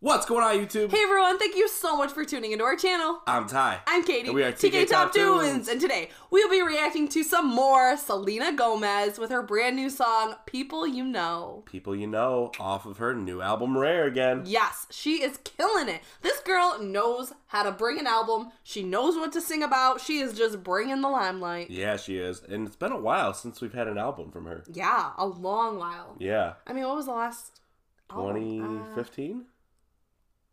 What's going on, YouTube? Hey everyone, thank you so much for tuning into our channel. I'm Ty. I'm Katie. And we are TK, TK Top Top Tunes. Tunes. And today we'll be reacting to some more Selena Gomez with her brand new song, People You Know. People you know off of her new album Rare again. Yes, she is killing it. This girl knows how to bring an album. She knows what to sing about. She is just bringing the limelight. Yeah, Yeah, she is. And it's been a while since we've had an album from her. a long while. Yeah. I mean, what was the last? album? Uh, 2015?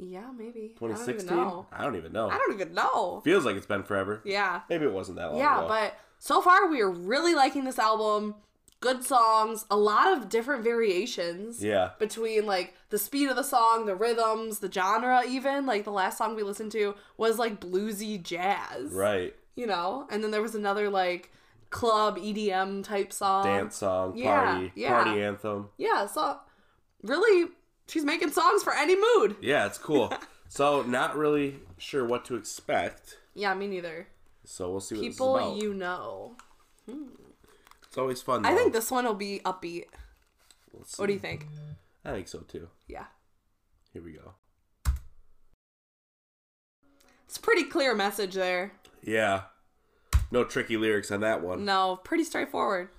yeah, maybe. I don't even 2016? know. I don't even know. I don't even know. Feels like it's been forever. Yeah. Maybe it wasn't that long Yeah, ago. but so far we are really liking this album. Good songs, a lot of different variations Yeah. between like the speed of the song, the rhythms, the genre even. Like the last song we listened to was like bluesy jazz. Right. You know? And then there was another like club EDM type song. Dance song, Um, yeah, party, yeah. party anthem. Yeah, so really she's making songs for any mood. Yeah, it's cool. so, not really sure what to expect. Yeah, me neither. So, we'll see what this is People about. you know. It's always fun. I though. think this one will be upbeat. Let's What see. do you think? I think so too. Yeah. Here we go. It's a pretty clear message there. Yeah. No tricky lyrics on that one. No, pretty straightforward.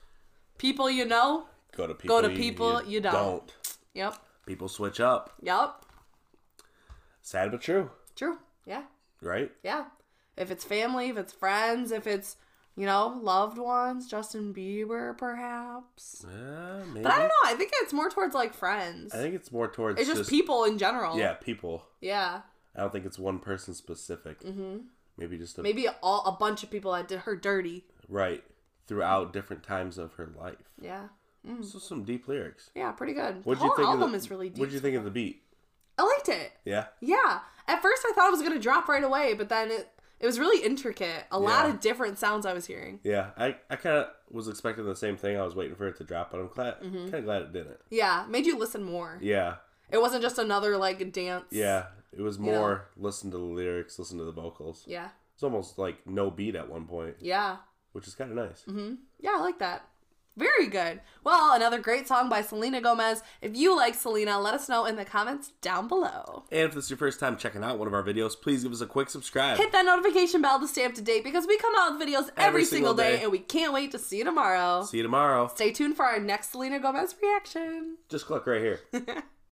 People you know. Go to people. to people you don't. Yep. People switch up. Yep. Sad but true, True. Yeah. right? Yeah. If it's family, if it's friends, if it's, you know, loved ones, Justin Bieber perhaps. Yeah, Uh, maybe. But I don't I know. I think it's more towards like friends. think it's more towards it's just, people in general. Yeah, people. Yeah. I don't think it's one person specific. Mm-hmm. Maybe just a Maybe all a bunch of people that did her dirty. right throughout different times of her life. Yeah. So some deep lyrics. Yeah, pretty good. What'd the you whole think? Mm. album of the, is really deep. What'd you think of the beat? I liked it. Yeah, Yeah. At first I thought it was gonna drop right away, but then it it was really intricate. A lot Yeah. of different sounds I was hearing. yeah. I, I kind of was expecting the same thing. I was waiting for it to drop, but I'm glad, Mm-hmm. kind of glad it didn't. Yeah, made you listen more. Yeah, It wasn't just another like dance. yeah. It was more listen to the lyrics, listen to the vocals. Yeah. It's almost like no beat at one point, Yeah. which is kind of nice. Mm-hmm. Yeah, I like that. Very good. Well, another great song by Selena Gomez. If you like Selena, let us know in the comments down below. And if this is your first time checking out one of our videos, please give us a quick subscribe. Hit that notification bell to stay up to date because we come out with videos every, single day, and we can't wait to see you tomorrow. See you tomorrow. Stay tuned for our next Selena Gomez reaction. Just click right here.